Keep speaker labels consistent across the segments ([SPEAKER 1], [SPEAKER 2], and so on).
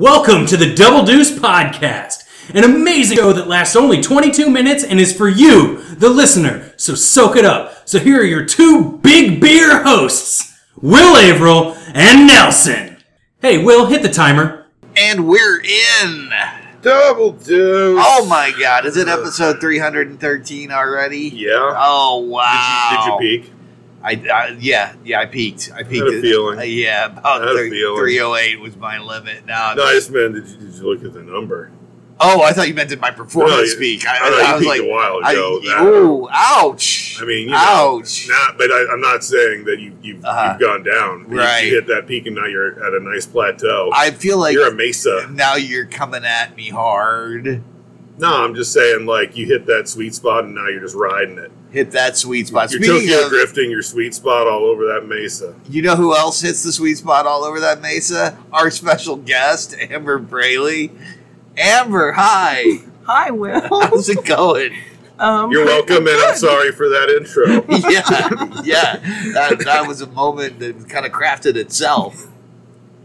[SPEAKER 1] Welcome to the Double Deuce Podcast, an amazing show that lasts only 22 minutes and is for you, the listener. So soak it up. So here are your two big beer hosts, Will Averill and Nelson. Hey, Will, hit the timer.
[SPEAKER 2] And we're in.
[SPEAKER 3] Double deuce.
[SPEAKER 2] Oh my god, is it episode 313 already?
[SPEAKER 3] Uh, Yeah.
[SPEAKER 2] Oh wow.
[SPEAKER 3] Did you, did you peek?
[SPEAKER 2] peek? I, I yeah, yeah, I peeked. I peeked.
[SPEAKER 3] a feeling.
[SPEAKER 2] Uh, yeah, about
[SPEAKER 3] I had a
[SPEAKER 2] thir-
[SPEAKER 3] feeling.
[SPEAKER 2] 308 was my limit. No, I'm
[SPEAKER 3] No, I
[SPEAKER 2] just-
[SPEAKER 3] just meant did you, did you look at the number?
[SPEAKER 2] oh, I thought you meant did my performance
[SPEAKER 3] No, you-
[SPEAKER 2] peak.
[SPEAKER 3] I know, you
[SPEAKER 2] was
[SPEAKER 3] peaked
[SPEAKER 2] like,
[SPEAKER 3] a while
[SPEAKER 2] I-
[SPEAKER 3] ago. That-
[SPEAKER 2] ooh, ouch.
[SPEAKER 3] I mean, you know,
[SPEAKER 2] ouch.
[SPEAKER 3] Not, but I, I'm not saying that you, you've,
[SPEAKER 2] Uh-huh.
[SPEAKER 3] you've gone down. You-
[SPEAKER 2] Right.
[SPEAKER 3] You, hit that peak and now you're at a nice plateau.
[SPEAKER 2] I feel like
[SPEAKER 3] you're a mesa.
[SPEAKER 2] now you're coming at me hard.
[SPEAKER 3] No, I'm just saying, like, you hit that sweet spot and now you're just riding it.
[SPEAKER 2] Hit that sweet spot.
[SPEAKER 3] You're
[SPEAKER 2] Speaking
[SPEAKER 3] Tokyo
[SPEAKER 2] of,
[SPEAKER 3] drifting your sweet spot all over that mesa.
[SPEAKER 2] You know who else hits the sweet spot all over that mesa? Our special guest, Amber Braley. Amber, hi.
[SPEAKER 4] Hi, Will.
[SPEAKER 2] How's it going?
[SPEAKER 4] Um,
[SPEAKER 3] You're welcome, and I'm sorry for that intro.
[SPEAKER 2] Yeah, yeah. That, that was a moment that kind of crafted itself.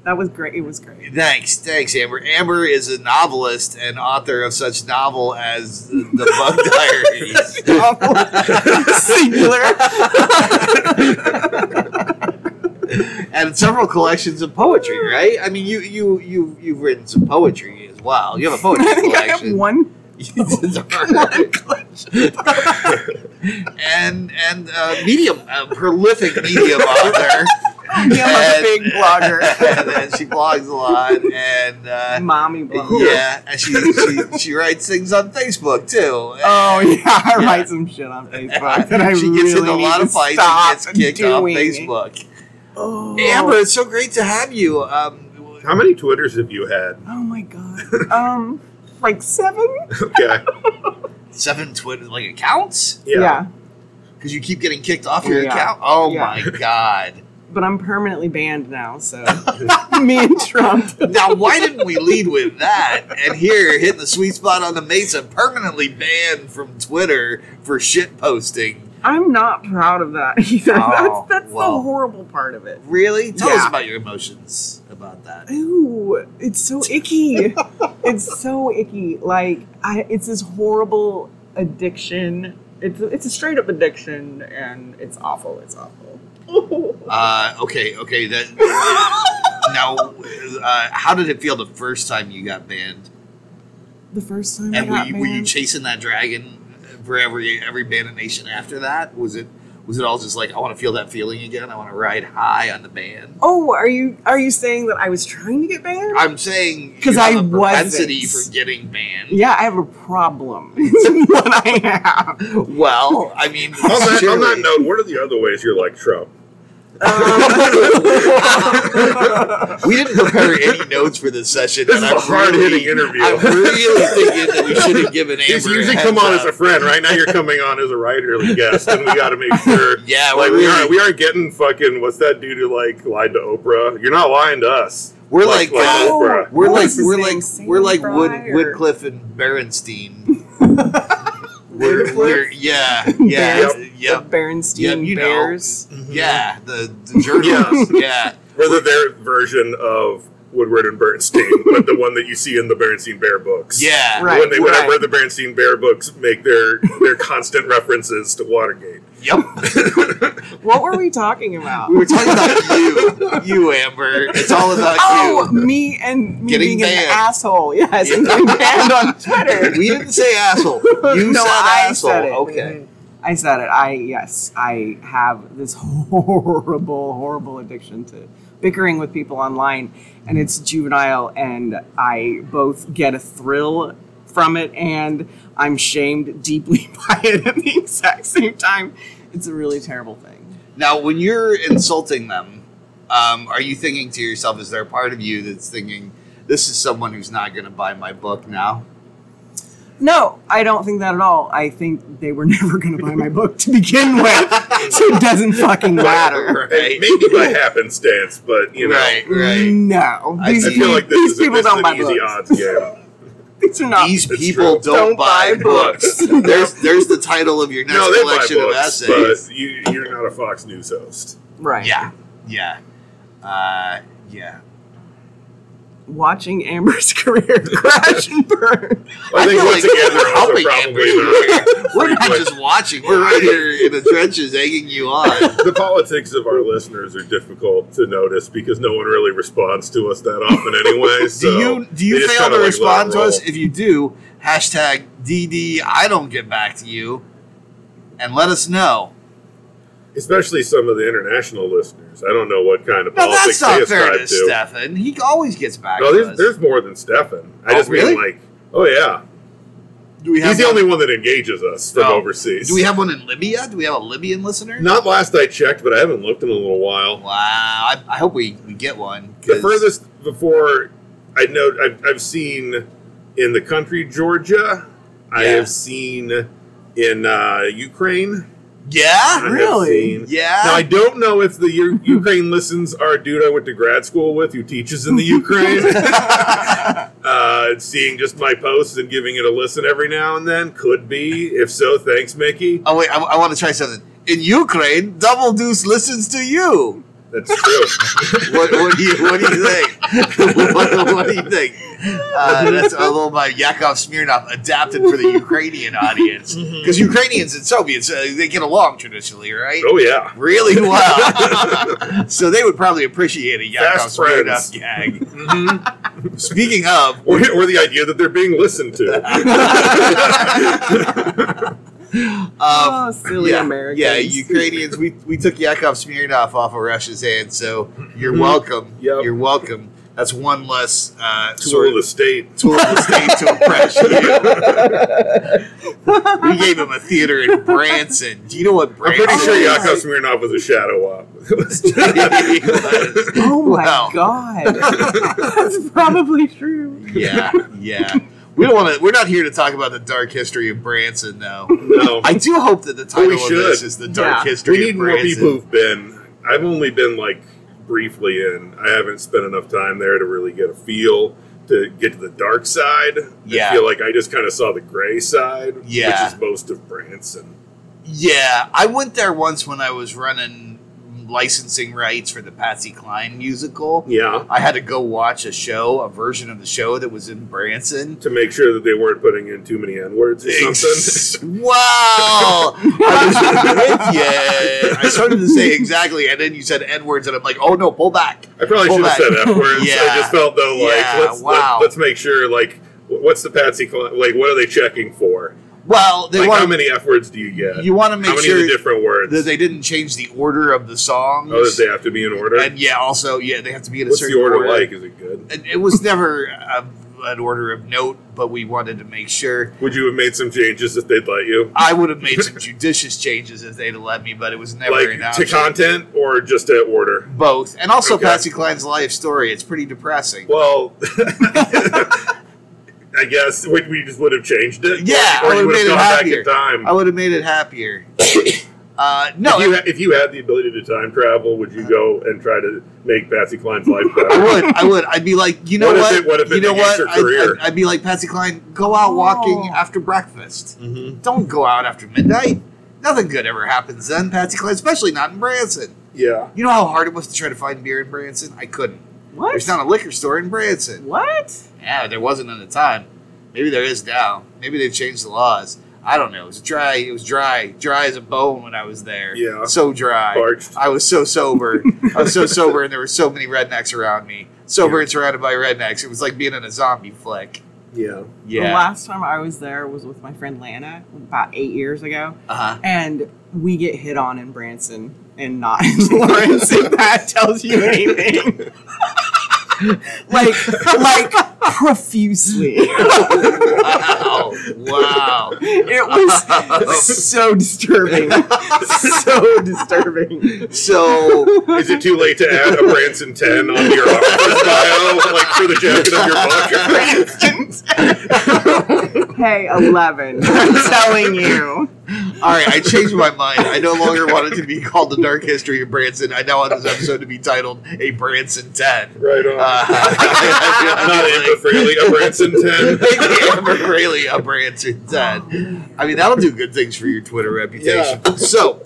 [SPEAKER 4] that was great. It was great.
[SPEAKER 2] Thanks, thanks, Amber. Amber is a novelist and author of such novel as The Bug Diaries.
[SPEAKER 4] Singular.
[SPEAKER 2] and several collections of poetry, right? I mean, you you you you've written some poetry as well. You have a poetry
[SPEAKER 4] I think I
[SPEAKER 2] collection.
[SPEAKER 4] have one.
[SPEAKER 2] and and uh, medium, a prolific medium author.
[SPEAKER 4] Yeah, I'm a big blogger.
[SPEAKER 2] and, and she blogs a lot, and uh,
[SPEAKER 4] Mommy blogger.
[SPEAKER 2] yeah, and she, she she writes things on Facebook too.
[SPEAKER 4] Oh yeah, I
[SPEAKER 2] Yeah.
[SPEAKER 4] write some shit on Facebook that I
[SPEAKER 2] she gets
[SPEAKER 4] really
[SPEAKER 2] into a lot
[SPEAKER 4] need
[SPEAKER 2] of
[SPEAKER 4] to
[SPEAKER 2] fights
[SPEAKER 4] stop
[SPEAKER 2] and gets kicked off
[SPEAKER 4] doing.
[SPEAKER 2] Facebook.
[SPEAKER 4] Oh.
[SPEAKER 2] Amber, it's so great to have you. Um,
[SPEAKER 3] How many Twitters have you had?
[SPEAKER 4] Oh my god. Um, like seven.
[SPEAKER 3] Okay.
[SPEAKER 2] seven Twitter like accounts
[SPEAKER 3] Yeah.
[SPEAKER 2] because you keep getting kicked off your
[SPEAKER 4] Yeah.
[SPEAKER 2] account. Oh
[SPEAKER 4] Yeah.
[SPEAKER 2] my god!
[SPEAKER 4] but I'm permanently banned now. So me and Trump.
[SPEAKER 2] Now, why didn't we lead with that? And here, hitting the sweet spot on the mesa, permanently banned from Twitter for shit posting.
[SPEAKER 4] I'm not proud of that either.
[SPEAKER 2] Oh,
[SPEAKER 4] that's that's
[SPEAKER 2] well.
[SPEAKER 4] the horrible part of it.
[SPEAKER 2] Really? Tell us
[SPEAKER 4] Yeah.
[SPEAKER 2] about your emotions about that.
[SPEAKER 4] Ooh, it's so icky. it's so icky. Like I, it's this horrible addiction. It's it's a straight up addiction, and it's awful. It's awful.
[SPEAKER 2] Uh, okay, okay. That now, uh, how did it feel the first time you got banned?
[SPEAKER 4] the first time
[SPEAKER 2] And
[SPEAKER 4] I
[SPEAKER 2] were
[SPEAKER 4] got
[SPEAKER 2] you, were you
[SPEAKER 4] banned-
[SPEAKER 2] chasing that dragon for every every bandit nation after that? Was it was it all just like I want to feel that feeling again? I want to ride high on the band.
[SPEAKER 4] Oh, are you are you saying that I was trying to get banned?
[SPEAKER 2] I'm saying you
[SPEAKER 4] 'Cause
[SPEAKER 2] have
[SPEAKER 4] I
[SPEAKER 2] a propensity
[SPEAKER 4] wasn't.
[SPEAKER 2] for getting banned.
[SPEAKER 4] yeah, I have a problem. It's what I have.
[SPEAKER 2] Well, I mean,
[SPEAKER 3] On that, on that
[SPEAKER 2] surely-
[SPEAKER 3] note, what are the other ways you're like Trump?
[SPEAKER 2] we didn't prepare any notes for this session.
[SPEAKER 3] This
[SPEAKER 2] and
[SPEAKER 3] is
[SPEAKER 2] I'm
[SPEAKER 3] a hard-hitting
[SPEAKER 2] really-
[SPEAKER 3] interview.
[SPEAKER 2] I'm really thinking that we should have given Amber.
[SPEAKER 3] He's
[SPEAKER 2] a
[SPEAKER 3] usually
[SPEAKER 2] heads
[SPEAKER 3] come on
[SPEAKER 2] up.
[SPEAKER 3] as a friend. Right now, you're coming on as a writer and guest, and we got to make sure.
[SPEAKER 2] Yeah,
[SPEAKER 3] like
[SPEAKER 2] we're
[SPEAKER 3] we
[SPEAKER 2] really-
[SPEAKER 3] are. We aren't getting fucking. What's that dude who like lied to Oprah? You're not lying to us.
[SPEAKER 2] We're like, uh,
[SPEAKER 3] Oprah.
[SPEAKER 2] We're
[SPEAKER 4] Oh, What
[SPEAKER 2] like
[SPEAKER 4] was his
[SPEAKER 2] we're
[SPEAKER 4] name?
[SPEAKER 2] like
[SPEAKER 4] Sam
[SPEAKER 2] we're like Wood,
[SPEAKER 4] Fry or-
[SPEAKER 2] Woodcliff and Berenstein. we're, we're yeah yeah
[SPEAKER 3] Bears?
[SPEAKER 2] yeah
[SPEAKER 4] The Berenstein
[SPEAKER 2] Yep, you know.
[SPEAKER 4] Bears.
[SPEAKER 2] yeah the, the journalist yeah
[SPEAKER 3] We're the their version of Woodward and Bernstein, but the one that you see in the Bernstein Bear books.
[SPEAKER 2] yeah
[SPEAKER 4] Right.
[SPEAKER 3] when they when I
[SPEAKER 4] right.
[SPEAKER 3] read the Bernstein Bear books, make their their constant references to Watergate.
[SPEAKER 2] yep.
[SPEAKER 4] What were we talking about?
[SPEAKER 2] We were talking about you you Amber. It's all about
[SPEAKER 4] Oh,
[SPEAKER 2] you.
[SPEAKER 4] me and me
[SPEAKER 2] Getting
[SPEAKER 4] being
[SPEAKER 2] banned.
[SPEAKER 4] an asshole. Yes, and getting banned on Twitter.
[SPEAKER 2] We didn't say asshole. You
[SPEAKER 4] No,
[SPEAKER 2] said
[SPEAKER 4] I
[SPEAKER 2] asshole.
[SPEAKER 4] said it.
[SPEAKER 2] Okay.
[SPEAKER 4] I said it. I yes, I have this horrible, horrible addiction to bickering with people online, and it's juvenile. And I both get a thrill from it, and I'm shamed deeply by it at the exact same time. It's a really terrible thing.
[SPEAKER 2] Now, when you're insulting them, um, are you thinking to yourself, is there a part of you that's thinking, this is someone who's not going to buy my book now?
[SPEAKER 4] No, I don't think that at all. I think they were never going to buy my book to begin with, so it doesn't fucking matter.
[SPEAKER 2] Right.
[SPEAKER 3] Maybe by happenstance, but you know,
[SPEAKER 2] Right, right.
[SPEAKER 4] No,
[SPEAKER 2] I
[SPEAKER 4] these,
[SPEAKER 3] I feel like this
[SPEAKER 4] these
[SPEAKER 3] is, a-
[SPEAKER 4] people
[SPEAKER 3] this is
[SPEAKER 4] don't buy
[SPEAKER 3] an easy odds
[SPEAKER 4] books.
[SPEAKER 3] game.
[SPEAKER 4] These are not
[SPEAKER 2] These
[SPEAKER 3] It's
[SPEAKER 2] people
[SPEAKER 3] true.
[SPEAKER 2] don't,
[SPEAKER 4] Don't
[SPEAKER 2] buy,
[SPEAKER 4] buy
[SPEAKER 2] books. there's there's the title of your next
[SPEAKER 3] no, they buy
[SPEAKER 2] collection
[SPEAKER 3] books,
[SPEAKER 2] of essays.
[SPEAKER 3] but you, you're not a Fox News host.
[SPEAKER 4] right.
[SPEAKER 2] Yeah, yeah, uh, yeah.
[SPEAKER 4] watching Amber's career crash and burn.
[SPEAKER 3] I think
[SPEAKER 2] feel
[SPEAKER 3] once
[SPEAKER 2] like
[SPEAKER 3] again, they're
[SPEAKER 2] we're
[SPEAKER 3] also
[SPEAKER 2] helping
[SPEAKER 3] probably
[SPEAKER 2] Amber.
[SPEAKER 3] the,
[SPEAKER 2] We're not just watching. We're right here in the trenches egging you on.
[SPEAKER 3] the politics of our listeners are difficult to notice because no one really responds to us that often anyway. So
[SPEAKER 2] do you do
[SPEAKER 3] they
[SPEAKER 2] you
[SPEAKER 3] just
[SPEAKER 2] fail
[SPEAKER 3] kinda
[SPEAKER 2] to
[SPEAKER 3] like
[SPEAKER 2] respond
[SPEAKER 3] let it
[SPEAKER 2] to us?
[SPEAKER 3] roll.
[SPEAKER 2] If you do, hashtag DD I don't get back to you. And let us know.
[SPEAKER 3] Especially some of the international listeners. I don't know what kind of
[SPEAKER 2] No,
[SPEAKER 3] politics
[SPEAKER 2] that's not
[SPEAKER 3] they
[SPEAKER 2] fair
[SPEAKER 3] ascribe
[SPEAKER 2] to
[SPEAKER 3] to.
[SPEAKER 2] Stefan. He always gets back
[SPEAKER 3] No,
[SPEAKER 2] to
[SPEAKER 3] there's,
[SPEAKER 2] us.
[SPEAKER 3] there's more than Stefan. I
[SPEAKER 2] Oh,
[SPEAKER 3] just
[SPEAKER 2] really?
[SPEAKER 3] mean like, oh yeah,
[SPEAKER 2] do we have
[SPEAKER 3] he's the
[SPEAKER 2] one-
[SPEAKER 3] only one that engages us from
[SPEAKER 2] No.
[SPEAKER 3] overseas.
[SPEAKER 2] Do we have one in Libya? Do we have a Libyan listener?
[SPEAKER 3] Not last I checked, but I haven't looked in a little while.
[SPEAKER 2] Wow. I, I hope we, we get one.
[SPEAKER 3] The
[SPEAKER 2] 'cause-
[SPEAKER 3] furthest before I know I've, I've seen in the country Georgia. I
[SPEAKER 2] Yeah.
[SPEAKER 3] have seen in uh, Ukraine. I
[SPEAKER 2] Yeah?
[SPEAKER 3] have
[SPEAKER 4] Really?
[SPEAKER 3] seen-
[SPEAKER 2] Yeah.
[SPEAKER 3] Now I don't know if the U- Ukraine listens are a dude I went to grad school with who teaches in the Ukraine. uh, seeing just my posts and giving it a listen every now and then could be. If so, thanks, Mickey.
[SPEAKER 2] oh, wait. I, I want to try something. In Ukraine, Double Deuce listens to you.
[SPEAKER 3] That's true.
[SPEAKER 2] What, what, do, you, what do you think? what, what do you think? Uh, that's a little by Yakov Smirnov adapted for the Ukrainian audience. Because Ukrainians and Soviets, uh, they get along traditionally, right?
[SPEAKER 3] oh yeah.
[SPEAKER 2] Really well. so they would probably appreciate a Yakov
[SPEAKER 3] Fast friends.
[SPEAKER 2] Smirnov gag. Speaking of,
[SPEAKER 3] Or, or the idea that they're being listened to.
[SPEAKER 2] um, uh,
[SPEAKER 3] Uh,
[SPEAKER 4] oh, silly
[SPEAKER 2] yeah,
[SPEAKER 4] Americans.
[SPEAKER 2] yeah, Ukrainians. We, we took Yakov Smirnov off of Russia's hand, so you're
[SPEAKER 3] Mhm.
[SPEAKER 2] welcome.
[SPEAKER 3] Yep.
[SPEAKER 2] You're welcome. That's one less uh,
[SPEAKER 3] Tool
[SPEAKER 2] sort
[SPEAKER 3] of the state.
[SPEAKER 2] tool of the state to impress you. we gave him a theater in Branson. Do you know what
[SPEAKER 3] I'm
[SPEAKER 2] Branson?
[SPEAKER 3] pretty sure
[SPEAKER 4] Oh, yeah.
[SPEAKER 3] Yakov Smirnov was a shadow op.
[SPEAKER 2] is?
[SPEAKER 4] Oh my
[SPEAKER 2] Wow.
[SPEAKER 4] god. That's probably true.
[SPEAKER 2] yeah, yeah. We don't want to. We're not here to talk about the dark history of Branson, though.
[SPEAKER 3] no.
[SPEAKER 2] I do hope that the
[SPEAKER 3] Well,
[SPEAKER 2] title
[SPEAKER 3] we
[SPEAKER 2] of this
[SPEAKER 3] should.
[SPEAKER 2] is the dark
[SPEAKER 4] Yeah.
[SPEAKER 2] history.
[SPEAKER 3] we need
[SPEAKER 2] of
[SPEAKER 3] more
[SPEAKER 2] Branson.
[SPEAKER 3] people who've been. I've only been like briefly in. I haven't spent enough time there to really get a feel to get to the dark side.
[SPEAKER 2] Yeah.
[SPEAKER 3] I feel like I just kind of saw the gray side,
[SPEAKER 2] Yeah.
[SPEAKER 3] which is most of Branson.
[SPEAKER 2] Yeah, I went there once when I was running licensing rights for the Patsy Cline musical.
[SPEAKER 3] Yeah.
[SPEAKER 2] I had to go watch a show, a version of the show that was in Branson.
[SPEAKER 3] To make sure that they weren't putting in too many N words or something.
[SPEAKER 2] Ex- wow! I was with you. I started to say exactly, and then you said N words, and I'm like, oh no, pull back.
[SPEAKER 3] I probably
[SPEAKER 2] Pull
[SPEAKER 3] should
[SPEAKER 2] back.
[SPEAKER 3] have said F words.
[SPEAKER 2] Yeah.
[SPEAKER 3] I just felt though like
[SPEAKER 2] Yeah,
[SPEAKER 3] let's
[SPEAKER 2] wow.
[SPEAKER 3] let, us make sure like wh- what's the Patsy Cline, like what are they checking for?
[SPEAKER 2] Well, they
[SPEAKER 3] like
[SPEAKER 2] want
[SPEAKER 3] how many F words do you get?
[SPEAKER 2] you want to
[SPEAKER 3] how
[SPEAKER 2] make
[SPEAKER 3] many of
[SPEAKER 2] sure
[SPEAKER 3] the different words?
[SPEAKER 2] that they didn't change the order of the songs.
[SPEAKER 3] oh, that they have to be in order.
[SPEAKER 2] and yeah, also yeah, they have to be in a
[SPEAKER 3] What's
[SPEAKER 2] certain
[SPEAKER 3] the order, like? Is it good?
[SPEAKER 2] It, it was never a, an order of note, but we wanted to make sure.
[SPEAKER 3] Would you have made some changes if they'd let you?
[SPEAKER 2] I would have made some judicious changes if they'd have let me, but it was never an
[SPEAKER 3] like to
[SPEAKER 2] option.
[SPEAKER 3] content or just to order?
[SPEAKER 2] Both, and also
[SPEAKER 3] Okay.
[SPEAKER 2] Patsy Cline's life story. It's pretty depressing.
[SPEAKER 3] Well, I guess we, we just would have changed it.
[SPEAKER 2] Yeah,
[SPEAKER 3] or
[SPEAKER 2] I would
[SPEAKER 3] you would
[SPEAKER 2] have made
[SPEAKER 3] have
[SPEAKER 2] it
[SPEAKER 3] gone back
[SPEAKER 2] happier.
[SPEAKER 3] in time.
[SPEAKER 2] I would have made it happier. uh, no,
[SPEAKER 3] if, you
[SPEAKER 2] it-
[SPEAKER 3] ha- if you had the ability to time travel, would you go and try to make Patsy Cline's life
[SPEAKER 2] I
[SPEAKER 3] better?
[SPEAKER 2] would. I would. I'd be like, you know
[SPEAKER 3] What
[SPEAKER 2] what?
[SPEAKER 3] if it- what if it
[SPEAKER 2] you know
[SPEAKER 3] negates
[SPEAKER 2] what?
[SPEAKER 3] your
[SPEAKER 2] I'd,
[SPEAKER 3] career?
[SPEAKER 2] I'd- I'd be like Patsy Cline. Go out walking
[SPEAKER 4] Oh.
[SPEAKER 2] after breakfast.
[SPEAKER 3] Mhm.
[SPEAKER 2] Don't go out after midnight. Nothing good ever happens then, Patsy Cline. Especially not in Branson.
[SPEAKER 3] Yeah.
[SPEAKER 2] You know how hard it was to try to find beer in Branson. I couldn't.
[SPEAKER 4] What?
[SPEAKER 2] There's not a liquor store in Branson.
[SPEAKER 4] what?
[SPEAKER 2] Yeah, there wasn't at the time. Maybe there is now. Maybe they've changed the laws. I don't know. It was dry. It was dry, dry as a bone when I was there.
[SPEAKER 3] Yeah.
[SPEAKER 2] so dry.
[SPEAKER 3] Parched.
[SPEAKER 2] I was so sober. I was so sober, and there were so many rednecks around me. Sober and surrounded by rednecks. It was like being in a zombie flick.
[SPEAKER 3] Yeah.
[SPEAKER 4] The
[SPEAKER 2] Yeah.
[SPEAKER 4] last time I was there was with my friend Lana about eight years ago.
[SPEAKER 2] Uh-huh.
[SPEAKER 4] and we get hit on in Branson and not in Lawrence if that tells you anything. like like profusely.
[SPEAKER 2] Wow! Wow!
[SPEAKER 4] It was so disturbing. so disturbing.
[SPEAKER 2] So
[SPEAKER 3] Is it too late to add a Branson 10 onto your office bio, like for the jacket of your book?
[SPEAKER 4] hey, 11. I'm telling you.
[SPEAKER 2] All right, I changed my mind. I no longer want it to be called the Dark History of Branson. I now want this episode to be titled "A Branson 10.
[SPEAKER 3] Right on.
[SPEAKER 2] Uh,
[SPEAKER 3] Not Amber Fraley, a Branson 10.
[SPEAKER 2] Amber Rayleigh up her answer ten. I mean, that'll do good things for your Twitter reputation. So,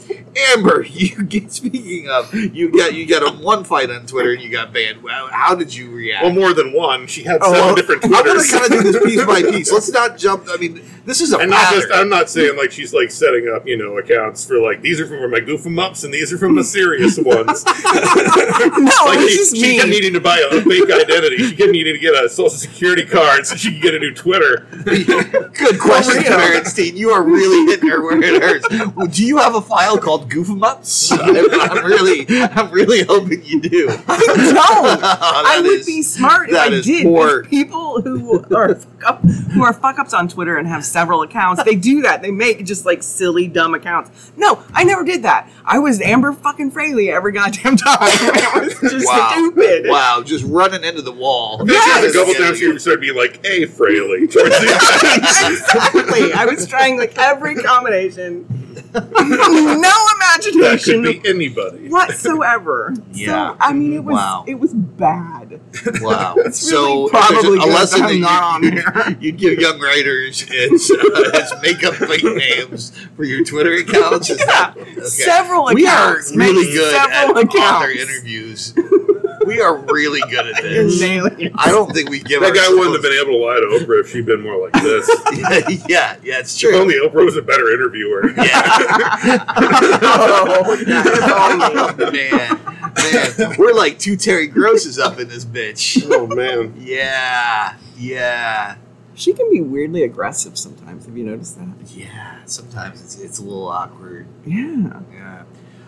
[SPEAKER 2] Amber, you get speaking of you got you got a one fight on Twitter and you got banned. Well, How did you react?
[SPEAKER 3] Well, more than one. She had
[SPEAKER 2] Oh,
[SPEAKER 3] seven
[SPEAKER 2] well,
[SPEAKER 3] different
[SPEAKER 2] I'm gonna
[SPEAKER 3] Twitters.
[SPEAKER 2] kind of do this piece by piece. Let's not jump. I mean, this is a
[SPEAKER 3] And not
[SPEAKER 2] pattern.
[SPEAKER 3] just, I'm not saying like she's like setting up, you know, accounts for like these are from my goof em ups and these are from the serious ones.
[SPEAKER 4] no,
[SPEAKER 2] Oh,
[SPEAKER 3] Like
[SPEAKER 4] it's
[SPEAKER 3] she,
[SPEAKER 4] just
[SPEAKER 3] she kept
[SPEAKER 4] me.
[SPEAKER 3] needing to buy a fake identity. She kept needing to get a social security card so she could get a new Twitter.
[SPEAKER 2] Good question, Berenstein. You are really hitting her where it hurts. Well, do you have a file called Goof 'em Ups? I'm, I'm really, I'm really hoping you do.
[SPEAKER 4] No, I
[SPEAKER 2] That
[SPEAKER 4] would
[SPEAKER 2] is-
[SPEAKER 4] be smart if
[SPEAKER 2] that
[SPEAKER 4] I
[SPEAKER 2] is
[SPEAKER 4] did.
[SPEAKER 2] poor.
[SPEAKER 4] There's people who are fuck up, who are fuck ups on Twitter and have several accounts, they do that. They make just like silly, dumb accounts. No, I never did that. I was Amber fucking Fraley every goddamn time. It was just stupid.
[SPEAKER 2] Wow, just running into the wall.
[SPEAKER 3] That's just a couple times she started being like, "Hey, Fraley." Towards the end.
[SPEAKER 4] exactly. I was trying like every combination. no
[SPEAKER 3] that could be
[SPEAKER 4] imagination
[SPEAKER 3] anybody.
[SPEAKER 4] whatsoever.
[SPEAKER 2] Yeah.
[SPEAKER 4] So I mean it was
[SPEAKER 2] Wow.
[SPEAKER 4] it was bad.
[SPEAKER 2] Wow.
[SPEAKER 4] It's
[SPEAKER 2] so
[SPEAKER 4] really
[SPEAKER 2] if there's
[SPEAKER 4] probably
[SPEAKER 2] a, a lesson that
[SPEAKER 4] I'm
[SPEAKER 2] you,
[SPEAKER 4] not on here.
[SPEAKER 2] you'd give young writers is, uh, is make up fake names for your Twitter accounts. Is that, okay.
[SPEAKER 4] Several
[SPEAKER 2] we are
[SPEAKER 4] accounts. Make
[SPEAKER 2] really good at
[SPEAKER 4] several
[SPEAKER 2] author
[SPEAKER 4] accounts.
[SPEAKER 2] interviews. We are really good at
[SPEAKER 4] You're
[SPEAKER 2] this.
[SPEAKER 4] nailing it.
[SPEAKER 2] I don't think we give
[SPEAKER 3] That guy wouldn't have
[SPEAKER 2] ourselves-
[SPEAKER 3] been able to lie to Oprah if she'd been more like this.
[SPEAKER 2] yeah, yeah, it's
[SPEAKER 3] If
[SPEAKER 2] true.
[SPEAKER 3] only Oprah was a better interviewer.
[SPEAKER 2] Yeah. oh, man, man, we're like two Terry Grosses up in this bitch.
[SPEAKER 3] Oh man.
[SPEAKER 2] Yeah, yeah,
[SPEAKER 4] She can be weirdly aggressive sometimes. Have you noticed that?
[SPEAKER 2] yeah. Sometimes it's it's a little awkward.
[SPEAKER 4] Yeah.
[SPEAKER 2] Yeah.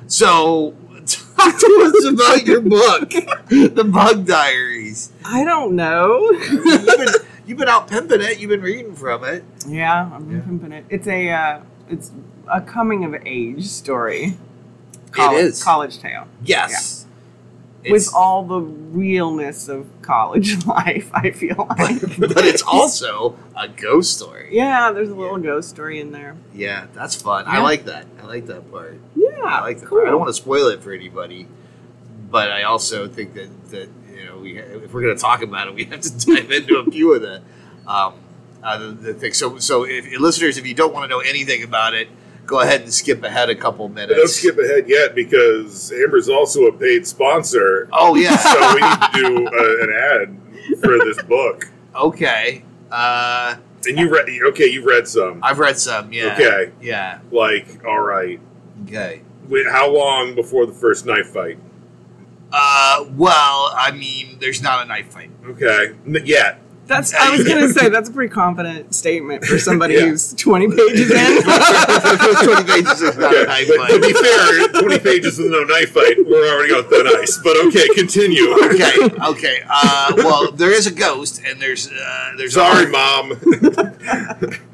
[SPEAKER 2] So talk to us about your book, The Bug Diaries.
[SPEAKER 4] I don't know.
[SPEAKER 2] You've been, you've been out pimping it. You've been reading from it.
[SPEAKER 4] Yeah, I'm
[SPEAKER 2] Yeah.
[SPEAKER 4] pimping it. It's a uh, it's a coming of age story.
[SPEAKER 2] is.
[SPEAKER 4] college tale.
[SPEAKER 2] Yes.
[SPEAKER 4] with all the realness of college life, I feel like.
[SPEAKER 2] but it's also a ghost story.
[SPEAKER 4] yeah, there's a little ghost story in there.
[SPEAKER 2] Yeah, that's fun. I
[SPEAKER 4] Yeah.
[SPEAKER 2] like that. I like that part.
[SPEAKER 4] Yeah,
[SPEAKER 2] I Ah, like that part. I don't want to spoil it for anybody, but I also think that that you know we ha- if we're going to talk about it, we have to dive into a few of the um, uh, the, the things. So so if listeners, if you don't want to know anything about it, go ahead and skip ahead a couple
[SPEAKER 3] But don't
[SPEAKER 2] minutes.
[SPEAKER 3] skip ahead yet because Amber's also a paid sponsor,
[SPEAKER 2] Oh yeah.
[SPEAKER 3] so we need to do uh, an ad for this book.
[SPEAKER 2] okay. Uh,
[SPEAKER 3] And you read? Okay, you read some.
[SPEAKER 2] I've read some. Yeah.
[SPEAKER 3] Okay,
[SPEAKER 2] Yeah.
[SPEAKER 3] like all right.
[SPEAKER 2] Okay.
[SPEAKER 3] Wait, how long before the first knife fight?
[SPEAKER 2] Uh, well, I mean, there's not a knife fight.
[SPEAKER 3] Okay, N- yet.
[SPEAKER 4] That's. I was gonna say that's a pretty confident statement for somebody
[SPEAKER 3] Yeah.
[SPEAKER 4] who's 20 pages in.
[SPEAKER 2] Twenty pages is not
[SPEAKER 3] Okay.
[SPEAKER 2] a knife
[SPEAKER 3] But to
[SPEAKER 2] fight.
[SPEAKER 3] be fair, 20 pages with no knife fight, we're already on thin ice. But okay, continue.
[SPEAKER 2] Okay. Okay. Uh, well, there is a ghost, and there's uh, there's
[SPEAKER 3] Sorry, mom,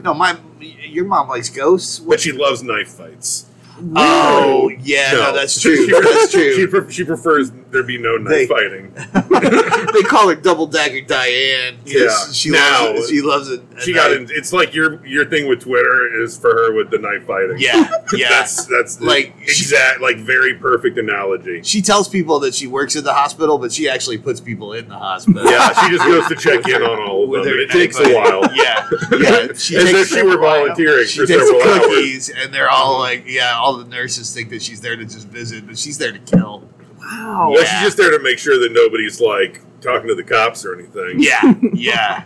[SPEAKER 2] No, my your mom likes ghosts.
[SPEAKER 3] but she loves knife fights.
[SPEAKER 2] Oh yeah, no, that's true.
[SPEAKER 3] She-
[SPEAKER 2] That's
[SPEAKER 3] She,
[SPEAKER 2] true.
[SPEAKER 3] pre- she prefers there be no knife
[SPEAKER 2] They-
[SPEAKER 3] fighting.
[SPEAKER 2] they call her Double Dagger Diane. 'cause
[SPEAKER 3] Yeah.
[SPEAKER 2] she
[SPEAKER 3] Now-
[SPEAKER 2] loves it. She loves it.
[SPEAKER 3] She got in. It's like your your thing with Twitter is for her with the knife fighting.
[SPEAKER 2] Yeah, yeah.
[SPEAKER 3] that's that's
[SPEAKER 2] Like,
[SPEAKER 3] like exact like very perfect analogy.
[SPEAKER 2] she tells people that she works at the hospital, but she actually puts people in the hospital.
[SPEAKER 3] Yeah, she just goes to check in on all of
[SPEAKER 2] With
[SPEAKER 3] them.
[SPEAKER 2] her
[SPEAKER 3] and it
[SPEAKER 2] knife
[SPEAKER 3] takes a
[SPEAKER 2] fighting.
[SPEAKER 3] while.
[SPEAKER 2] yeah, yeah. She
[SPEAKER 3] As
[SPEAKER 2] takes
[SPEAKER 3] if she were volunteering
[SPEAKER 2] she
[SPEAKER 3] for
[SPEAKER 2] takes
[SPEAKER 3] several hours.
[SPEAKER 2] cookies, and they're all like, yeah. All the nurses think that she's there to just visit, but she's there to kill.
[SPEAKER 4] Wow.
[SPEAKER 3] Well,
[SPEAKER 2] Oh, Yeah.
[SPEAKER 3] she's just there to make sure that nobody's like talking to the cops or anything.
[SPEAKER 2] Yeah, yeah,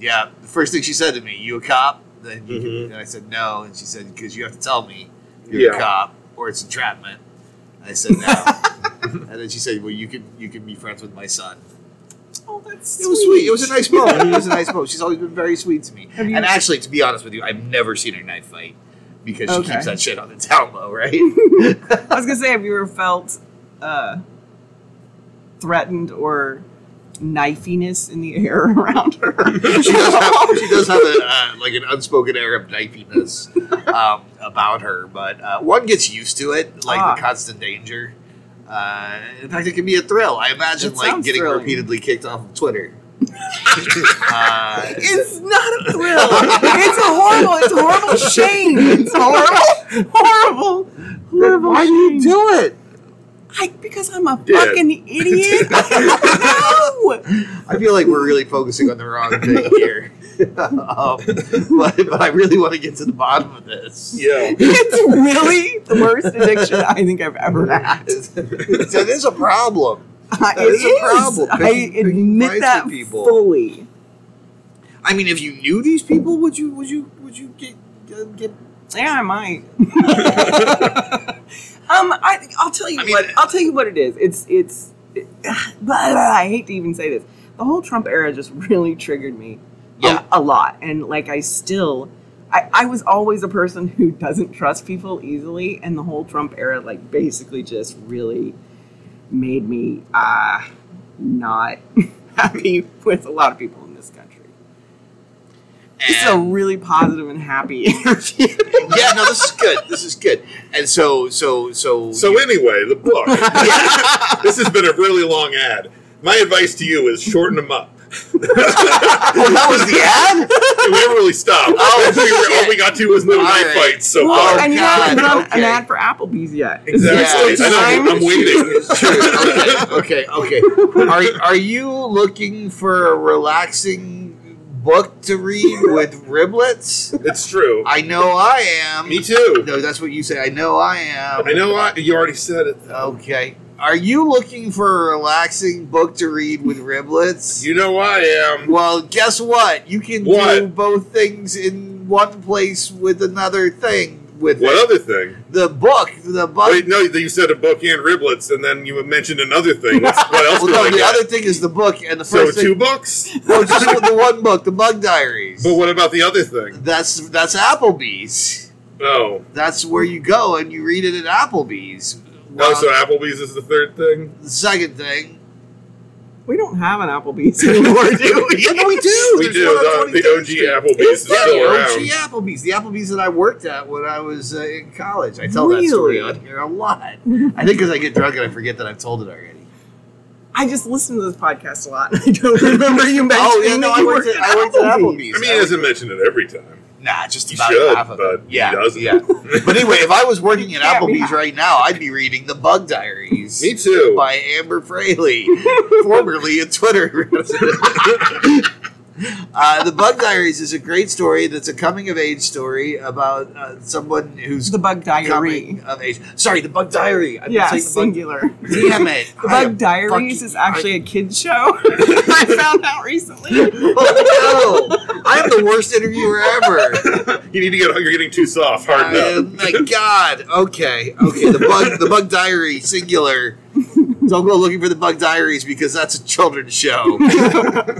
[SPEAKER 2] yeah. The first thing she said to me, "You a cop?" Then you,
[SPEAKER 3] Mhm.
[SPEAKER 4] Mm-hmm.
[SPEAKER 2] and I said no, and she said, "Because you have to tell me you're
[SPEAKER 3] Yeah.
[SPEAKER 2] a cop or it's entrapment." I said no, and then she said, "Well, you can you can be friends with my son."
[SPEAKER 4] Oh, that's
[SPEAKER 2] It was sweet. It was a nice moment. It was a nice moment. She's always been very sweet to me.
[SPEAKER 4] Have you-
[SPEAKER 2] And actually, to be honest with you, I've never seen her knife fight because she
[SPEAKER 4] Okay.
[SPEAKER 2] keeps that shit on the down low, right?
[SPEAKER 4] I was gonna say, have you ever felt uh, threatened or knifiness in the air around her?
[SPEAKER 2] she does have she does have a, uh, like an unspoken air of knifiness um, about her, but uh, one gets used to it, like
[SPEAKER 4] Ah.
[SPEAKER 2] the constant danger. Uh, in fact, it can be a thrill. I imagine
[SPEAKER 4] It
[SPEAKER 2] like
[SPEAKER 4] sounds
[SPEAKER 2] getting
[SPEAKER 4] thrilling.
[SPEAKER 2] repeatedly kicked off of Twitter. Uh,
[SPEAKER 4] It's not a thrill. It's a horrible. It's horrible shame. It's horrible. Horrible. Horrible.
[SPEAKER 2] why do you
[SPEAKER 4] shame.
[SPEAKER 2] do it?
[SPEAKER 4] I, because I'm a
[SPEAKER 3] Yeah.
[SPEAKER 4] fucking idiot. no.
[SPEAKER 2] I feel like we're really focusing on the wrong thing here. um, but, but I really want to get to the bottom of this.
[SPEAKER 3] Yeah.
[SPEAKER 4] It's really the worst addiction I think I've ever had.
[SPEAKER 2] that is a problem.
[SPEAKER 4] That
[SPEAKER 2] is a problem.
[SPEAKER 4] I
[SPEAKER 2] Picking- picking fights
[SPEAKER 4] admit
[SPEAKER 2] with
[SPEAKER 4] that
[SPEAKER 2] people.
[SPEAKER 4] fully.
[SPEAKER 2] I mean, if you knew these people, would you would you would you get uh, get?
[SPEAKER 4] Yeah, I might. um, I, I'll tell you
[SPEAKER 2] I mean-
[SPEAKER 4] what. I'll tell you what it is. It's it's. It, blah, I hate to even say this. The whole Trump era just really triggered me. a-
[SPEAKER 2] Yeah.
[SPEAKER 4] a, lot, and like I still. I, I was always a person who doesn't trust people easily, and the whole Trump era, like, basically just really made me uh, not happy with a lot of people in this country. It's a
[SPEAKER 2] And-
[SPEAKER 4] really positive and happy interview.
[SPEAKER 2] yeah, no, this is good. This is good. And so so so
[SPEAKER 3] So anyway, the book. this has been a really long ad. My advice to you is shorten them up.
[SPEAKER 2] Oh, that was the ad.
[SPEAKER 3] we never really stopped.
[SPEAKER 2] Oh,
[SPEAKER 3] we were, all we got to was little
[SPEAKER 2] All
[SPEAKER 3] knife
[SPEAKER 2] right.
[SPEAKER 3] fights so
[SPEAKER 4] Well,
[SPEAKER 3] far.
[SPEAKER 2] I-
[SPEAKER 4] and you haven't
[SPEAKER 2] God,
[SPEAKER 4] put on
[SPEAKER 2] okay.
[SPEAKER 4] an ad for Applebee's yet. Is there
[SPEAKER 3] exactly.
[SPEAKER 4] still
[SPEAKER 3] I
[SPEAKER 4] time?
[SPEAKER 3] know, I'm waiting.
[SPEAKER 2] It's true. Okay, okay, okay. Are are you looking for a relaxing book to read with riblets?
[SPEAKER 3] It's true.
[SPEAKER 2] I know I am.
[SPEAKER 3] Me too.
[SPEAKER 2] No, that's what you say. I know I am.
[SPEAKER 3] I know. I, you already said it.
[SPEAKER 2] Okay. Are you looking for a relaxing book to read with riblets?
[SPEAKER 3] You know I am.
[SPEAKER 2] well, guess what? You can do
[SPEAKER 3] What?
[SPEAKER 2] both things in one place with another thing with
[SPEAKER 3] What
[SPEAKER 2] it.
[SPEAKER 3] other thing?
[SPEAKER 2] the book. The book.
[SPEAKER 3] Wait, no, you said a book and riblets, and then you mentioned another thing. What's- What else
[SPEAKER 2] well,
[SPEAKER 3] did
[SPEAKER 2] no,
[SPEAKER 3] I
[SPEAKER 2] the
[SPEAKER 3] get?
[SPEAKER 2] other thing is the book and the
[SPEAKER 3] So
[SPEAKER 2] first
[SPEAKER 3] two
[SPEAKER 2] thing.
[SPEAKER 3] books.
[SPEAKER 2] Well, just the one book, the Bug Diaries.
[SPEAKER 3] But what about the other thing?
[SPEAKER 2] That's that's Applebee's.
[SPEAKER 3] Oh,
[SPEAKER 2] That's where you go and you read it at Applebee's.
[SPEAKER 3] no.
[SPEAKER 2] Well,
[SPEAKER 3] Oh, So Applebee's is the third thing.
[SPEAKER 2] the second thing.
[SPEAKER 4] We don't have an Applebee's anymore.
[SPEAKER 2] Or do we?
[SPEAKER 4] Yeah, no, we do.
[SPEAKER 3] We
[SPEAKER 2] There's
[SPEAKER 3] do.
[SPEAKER 2] one on
[SPEAKER 3] The,
[SPEAKER 2] 23rd
[SPEAKER 3] the OG
[SPEAKER 2] Street.
[SPEAKER 3] Applebee's is
[SPEAKER 2] Yeah,
[SPEAKER 3] still
[SPEAKER 2] the
[SPEAKER 3] around.
[SPEAKER 2] OG Applebee's, the Applebee's that I worked at when I was uh, in college. I tell that story
[SPEAKER 4] Really?
[SPEAKER 2] on here a lot. I think because I get drunk and I forget that I've told it already.
[SPEAKER 4] I just listen to this podcast a lot. I don't remember you mentioning
[SPEAKER 2] oh, yeah, no,
[SPEAKER 4] that
[SPEAKER 2] I
[SPEAKER 4] you
[SPEAKER 2] worked at, I worked at Applebee's.
[SPEAKER 3] I mean, he doesn't mention it every time.
[SPEAKER 2] nah, just
[SPEAKER 3] He
[SPEAKER 2] about
[SPEAKER 3] should,
[SPEAKER 2] half of
[SPEAKER 3] but
[SPEAKER 2] it.
[SPEAKER 3] he
[SPEAKER 2] Yeah,
[SPEAKER 3] doesn't.
[SPEAKER 2] yeah. But anyway, if I was working at
[SPEAKER 4] Yeah, we
[SPEAKER 2] Applebee's
[SPEAKER 4] have-
[SPEAKER 2] right now, I'd be reading The Bug Diaries.
[SPEAKER 3] Me too.
[SPEAKER 2] By Amber Fraley, formerly a Twitter resident. Uh, the Bug Diaries is a great story that's a coming of age story about uh, someone who's
[SPEAKER 4] The Bug Diary.
[SPEAKER 2] coming of age. Sorry, The Bug Diary. I've been
[SPEAKER 4] Yeah,
[SPEAKER 2] saying the
[SPEAKER 4] singular.
[SPEAKER 2] bug, damn it.
[SPEAKER 4] The
[SPEAKER 2] I
[SPEAKER 4] Bug
[SPEAKER 2] am
[SPEAKER 4] Diaries
[SPEAKER 2] fucking-
[SPEAKER 4] is actually a kid's show. I found out recently.
[SPEAKER 2] I, oh, no. I am the worst interviewer ever.
[SPEAKER 3] you need to get. You're getting too soft. Hard
[SPEAKER 2] I
[SPEAKER 3] enough.
[SPEAKER 2] am- Uh, my God. Okay. Okay. The bug. The bug diary. Singular. Don't go looking for the bug diaries because that's a children's show.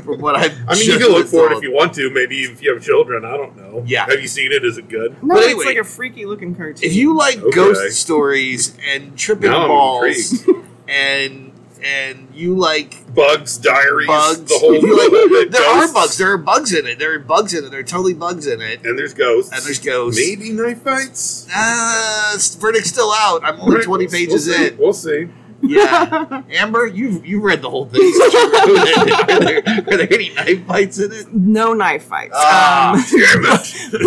[SPEAKER 2] From what I've
[SPEAKER 3] I mean, you can look for it if you want to. Maybe if you have children, I don't know.
[SPEAKER 2] Yeah.
[SPEAKER 3] Have you seen it? Is it good?
[SPEAKER 4] No,
[SPEAKER 2] But
[SPEAKER 4] it's
[SPEAKER 2] anyway,
[SPEAKER 4] like a freaky looking cartoon.
[SPEAKER 2] If you like
[SPEAKER 3] Okay.
[SPEAKER 2] ghost stories and tripping
[SPEAKER 3] Now I'm
[SPEAKER 2] balls, and and you like
[SPEAKER 3] Bugs, diaries,
[SPEAKER 2] bugs,
[SPEAKER 3] the whole.
[SPEAKER 2] if you like- there
[SPEAKER 3] ghosts,
[SPEAKER 2] are bugs. There are bugs in it. There are bugs in it. There are totally bugs in it.
[SPEAKER 3] and there's ghosts,
[SPEAKER 2] And there's ghosts.
[SPEAKER 3] Maybe knife fights.
[SPEAKER 2] Uh, verdict's still out. I'm only
[SPEAKER 3] Right,
[SPEAKER 2] 20
[SPEAKER 3] we'll-
[SPEAKER 2] pages
[SPEAKER 3] we'll see.
[SPEAKER 2] in.
[SPEAKER 3] We'll see.
[SPEAKER 2] Yeah, Amber, you you read the whole thing. so you wrote it. are, there, are there any knife bites in it?
[SPEAKER 4] no knife fights.
[SPEAKER 2] Ah,
[SPEAKER 4] Um,
[SPEAKER 3] Damn it!
[SPEAKER 4] but-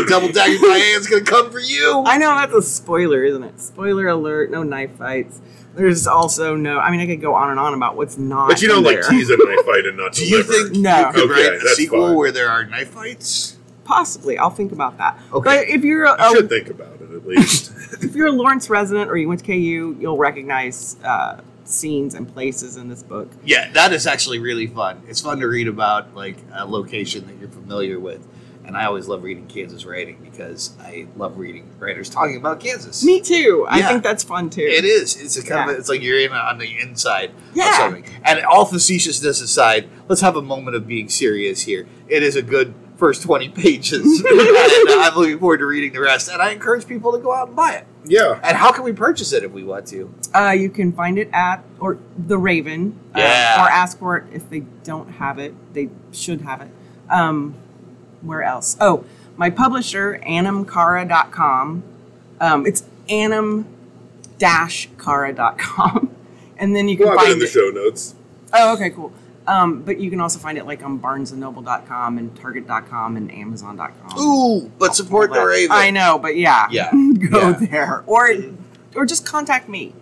[SPEAKER 2] boy, double dagger Diane's gonna come for you.
[SPEAKER 4] I know that's a spoiler, isn't it? Spoiler alert, no knife fights. There's also no I mean I could go on and on about what's not.
[SPEAKER 3] But you don't
[SPEAKER 4] in
[SPEAKER 3] like
[SPEAKER 4] there.
[SPEAKER 3] tease a knife fight and not
[SPEAKER 2] Do you
[SPEAKER 3] deliver.
[SPEAKER 2] think
[SPEAKER 4] No.
[SPEAKER 2] you could
[SPEAKER 3] Okay,
[SPEAKER 2] write a
[SPEAKER 3] that's
[SPEAKER 2] sequel
[SPEAKER 3] fine.
[SPEAKER 2] where there are knife fights?
[SPEAKER 4] Possibly. I'll think about that.
[SPEAKER 2] Okay.
[SPEAKER 4] But if you're a,
[SPEAKER 3] You
[SPEAKER 2] Oh.
[SPEAKER 3] should think about it at least.
[SPEAKER 4] if you're a Lawrence resident or you went to KU, you'll recognize uh, scenes and places in this book.
[SPEAKER 2] Yeah, that is actually really fun. It's fun to read about like a location that you're familiar with, and I always love reading Kansas writing because I love reading writers talking about Kansas.
[SPEAKER 4] Me too. I
[SPEAKER 2] Yeah.
[SPEAKER 4] think that's fun too.
[SPEAKER 2] It is. It's a kind
[SPEAKER 4] Yeah.
[SPEAKER 2] of. It's like you're in on the inside of
[SPEAKER 4] Yeah.
[SPEAKER 2] something. And all facetiousness aside, let's have a moment of being serious here. It is a good first twenty pages, and uh, I'm looking forward to reading the rest. And I encourage people to go out and buy it.
[SPEAKER 3] yeah.
[SPEAKER 2] And how can we purchase it if we want to?
[SPEAKER 4] Uh, you can find it at or the Raven, uh,
[SPEAKER 2] Yeah.
[SPEAKER 4] or ask for it if they don't have it. They should have it. Um, where else? Oh, my publisher animcara.com. Um, it's anam-cara.com, and then you can
[SPEAKER 3] Well, I've been in
[SPEAKER 4] find
[SPEAKER 3] the
[SPEAKER 4] it.
[SPEAKER 3] show notes.
[SPEAKER 4] Oh, okay, cool. Um, but you can also find it like on barnesandnoble.com and target.com and amazon.com.
[SPEAKER 2] Ooh, but support the Raven.
[SPEAKER 4] I know, but yeah.
[SPEAKER 2] Yeah.
[SPEAKER 4] Go
[SPEAKER 2] Yeah.
[SPEAKER 4] there. Or or just contact me.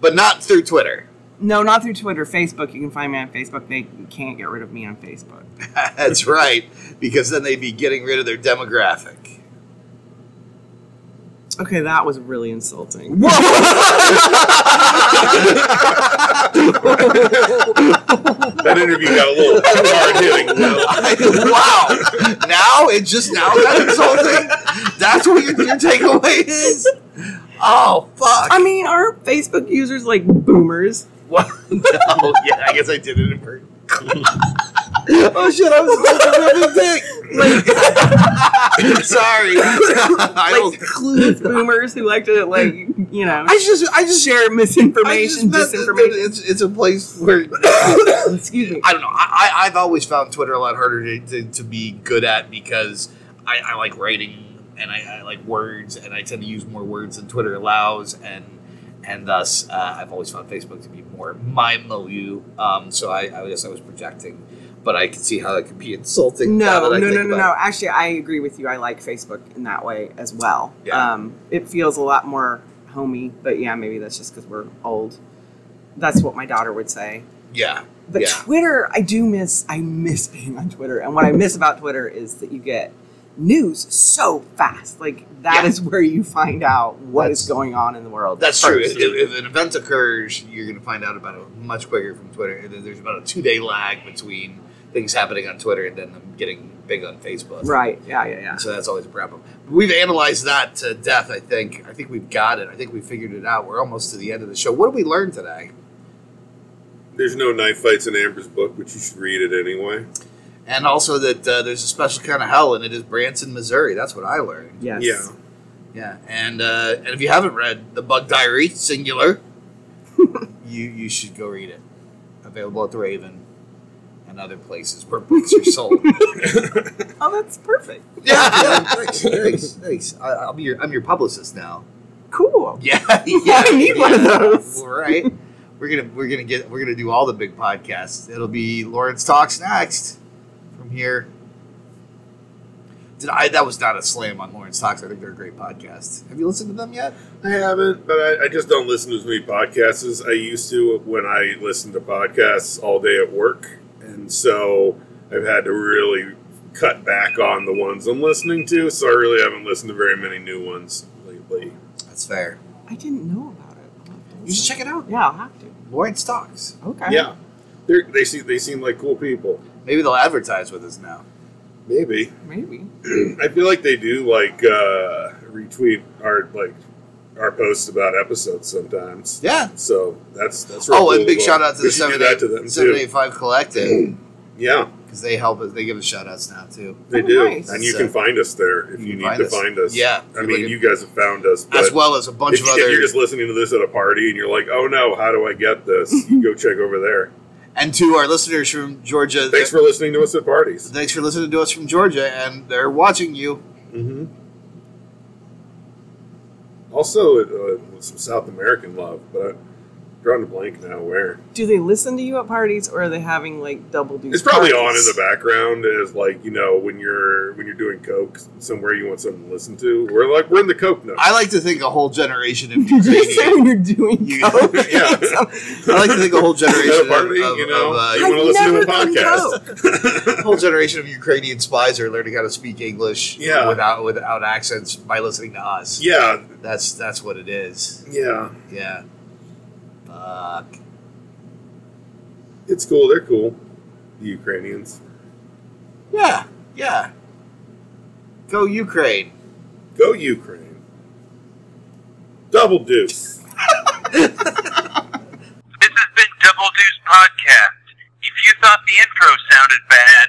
[SPEAKER 2] But not through Twitter.
[SPEAKER 4] No, not through Twitter, Facebook. You can find me on Facebook. They can't get rid of me on Facebook.
[SPEAKER 2] That's right, because then they'd be getting rid of their demographic.
[SPEAKER 4] Okay, that was really insulting.
[SPEAKER 3] That interview got a little too hard hitting. Will.
[SPEAKER 2] wow! Now it just now got insulting. That's what your, your takeaway is. Oh fuck!
[SPEAKER 4] I mean, are Facebook users like boomers?
[SPEAKER 2] Well, no, yeah, I guess I did it in person. oh shit! I was supposed to dick. Sorry, I
[SPEAKER 4] Like
[SPEAKER 2] don't.
[SPEAKER 4] clueless boomers who like to like you know
[SPEAKER 2] I just, I just
[SPEAKER 4] share
[SPEAKER 2] I
[SPEAKER 4] misinformation,
[SPEAKER 2] just meant that
[SPEAKER 4] disinformation.
[SPEAKER 2] It's, it's a place where
[SPEAKER 4] Excuse me.
[SPEAKER 2] I don't know. I, I, I've always found Twitter a lot harder to, to, to be good at because I, I like writing and I, I like words and I tend to use more words than Twitter allows and and thus uh, I've always found Facebook to be more my milieu. Um, so I, I guess I was projecting, but I can see how that could be insulting. now
[SPEAKER 4] No,
[SPEAKER 2] that I
[SPEAKER 4] no, no,
[SPEAKER 2] think
[SPEAKER 4] no, no.
[SPEAKER 2] about
[SPEAKER 4] Actually, I agree with you. I like Facebook in that way as well.
[SPEAKER 2] Yeah.
[SPEAKER 4] Um, it feels a lot more homey, but yeah, maybe that's just because we're old. That's what my daughter would say.
[SPEAKER 2] it. Yeah,
[SPEAKER 4] But
[SPEAKER 2] Yeah.
[SPEAKER 4] Twitter, I do miss. I miss being on Twitter, and what I miss about Twitter is that you get news so fast. Like that
[SPEAKER 2] Yeah.
[SPEAKER 4] is where you find out what is
[SPEAKER 2] That's-
[SPEAKER 4] going on in the world.
[SPEAKER 2] that's true. If,
[SPEAKER 4] first.
[SPEAKER 2] if an event occurs, you're going to find out about it much quicker from Twitter. And then There's about a two day lag between things happening on Twitter and then them getting big on Facebook.
[SPEAKER 4] Right? Yeah, yeah, yeah.
[SPEAKER 2] So that's always a problem. We've analyzed that to death, I think. I think we've got it. I think we figured it out. We're almost to the end of the show. What did we learn today?
[SPEAKER 3] There's no knife fights in Amber's book, but you should read it anyway.
[SPEAKER 2] And also that uh, there's a special kind of hell, and it is Branson, Missouri. That's what I learned.
[SPEAKER 4] Yes.
[SPEAKER 3] Yeah.
[SPEAKER 2] Yeah. And uh, and if you haven't read The Bug Diary, singular, you you should go read it. Available at the Raven and other places where books are sold.
[SPEAKER 4] Oh, that's perfect.
[SPEAKER 2] yeah. Thanks. Thanks. Thanks. I, I'll be your I'm your publicist now.
[SPEAKER 4] Cool.
[SPEAKER 2] Yeah, yeah,
[SPEAKER 4] I need one of those.
[SPEAKER 2] All right, we're gonna we're gonna get we're gonna do all the big podcasts. It'll be Lawrence talks next from here. Did I? That was not a slam on Lawrence talks. I think they're a great podcast. Have you listened to them yet?
[SPEAKER 3] I haven't, but I, I just don't listen to as many podcasts as I used to when I listened to podcasts all day at work. And so I've had to really cut back on the ones I'm listening to. So I really haven't listened to very many new ones lately.
[SPEAKER 2] That's fair.
[SPEAKER 4] I didn't know about it.
[SPEAKER 2] You should check it out.
[SPEAKER 4] Yeah, I'll have to.
[SPEAKER 2] Lawrence talks.
[SPEAKER 4] Okay.
[SPEAKER 3] Yeah. They're, they, see, they seem like cool people.
[SPEAKER 2] Maybe they'll advertise with us now.
[SPEAKER 3] Maybe.
[SPEAKER 4] Maybe.
[SPEAKER 3] I feel like they do like uh, retweet our like our posts about episodes sometimes.
[SPEAKER 2] Yeah.
[SPEAKER 3] So that's that's real
[SPEAKER 2] Oh, and
[SPEAKER 3] cool
[SPEAKER 2] big
[SPEAKER 3] as
[SPEAKER 2] shout
[SPEAKER 3] well.
[SPEAKER 2] out to
[SPEAKER 3] We
[SPEAKER 2] the
[SPEAKER 3] should give that to them too.
[SPEAKER 2] 785 Collective
[SPEAKER 3] Yeah,
[SPEAKER 2] because they help us. They give us shout outs now too.
[SPEAKER 3] they
[SPEAKER 4] Oh,
[SPEAKER 3] do,
[SPEAKER 4] nice.
[SPEAKER 3] and you
[SPEAKER 2] So-
[SPEAKER 3] can find us there if
[SPEAKER 2] You
[SPEAKER 3] you,
[SPEAKER 2] can
[SPEAKER 3] need
[SPEAKER 2] find
[SPEAKER 3] to
[SPEAKER 2] us.
[SPEAKER 3] find us.
[SPEAKER 2] Yeah.
[SPEAKER 3] I
[SPEAKER 2] Look
[SPEAKER 3] mean
[SPEAKER 2] at-
[SPEAKER 3] you guys have found us, but
[SPEAKER 2] As well as a bunch
[SPEAKER 3] if,
[SPEAKER 2] of
[SPEAKER 3] you- if
[SPEAKER 2] other
[SPEAKER 3] you're just listening to this at a party and you're like, oh no, how do I get this? you go check over there.
[SPEAKER 2] and to our listeners from Georgia.
[SPEAKER 3] Thanks for listening to us at parties.
[SPEAKER 2] Thanks for listening to us from Georgia, and they're watching you. Mm-hmm.
[SPEAKER 3] hmm Also, uh, with some South American love, but I'm drawing a blank now where.
[SPEAKER 4] Do they listen to you at parties, or are they having like double duty?
[SPEAKER 3] It's probably on in
[SPEAKER 4] parties?
[SPEAKER 3] the background as like you know when you're when you're doing coke somewhere you want something to listen to. We're like we're in the coke note.
[SPEAKER 2] I like to think a whole generation of
[SPEAKER 4] Did you say
[SPEAKER 2] DJs.
[SPEAKER 4] when you're doing
[SPEAKER 2] You-
[SPEAKER 4] coke?
[SPEAKER 3] Yeah.
[SPEAKER 2] I like to think a whole
[SPEAKER 3] At
[SPEAKER 2] generation
[SPEAKER 3] a party,
[SPEAKER 2] of, of-
[SPEAKER 3] you know,
[SPEAKER 2] of, uh,
[SPEAKER 3] you want to
[SPEAKER 4] I've
[SPEAKER 3] listen to a
[SPEAKER 4] never done
[SPEAKER 3] podcast.
[SPEAKER 2] a whole generation of Ukrainian spies are learning how to speak English
[SPEAKER 3] Yeah.
[SPEAKER 2] without without accents by listening to us.
[SPEAKER 3] yeah,
[SPEAKER 2] That's that's what it is.
[SPEAKER 3] yeah,
[SPEAKER 2] Yeah. Fuck.
[SPEAKER 3] it's cool. They're cool. The Ukrainians.
[SPEAKER 2] Yeah. Yeah. Go Ukraine.
[SPEAKER 3] Go Ukraine. Double deuce.
[SPEAKER 5] This has been Double Deuce Podcast. If you thought the intro sounded bad,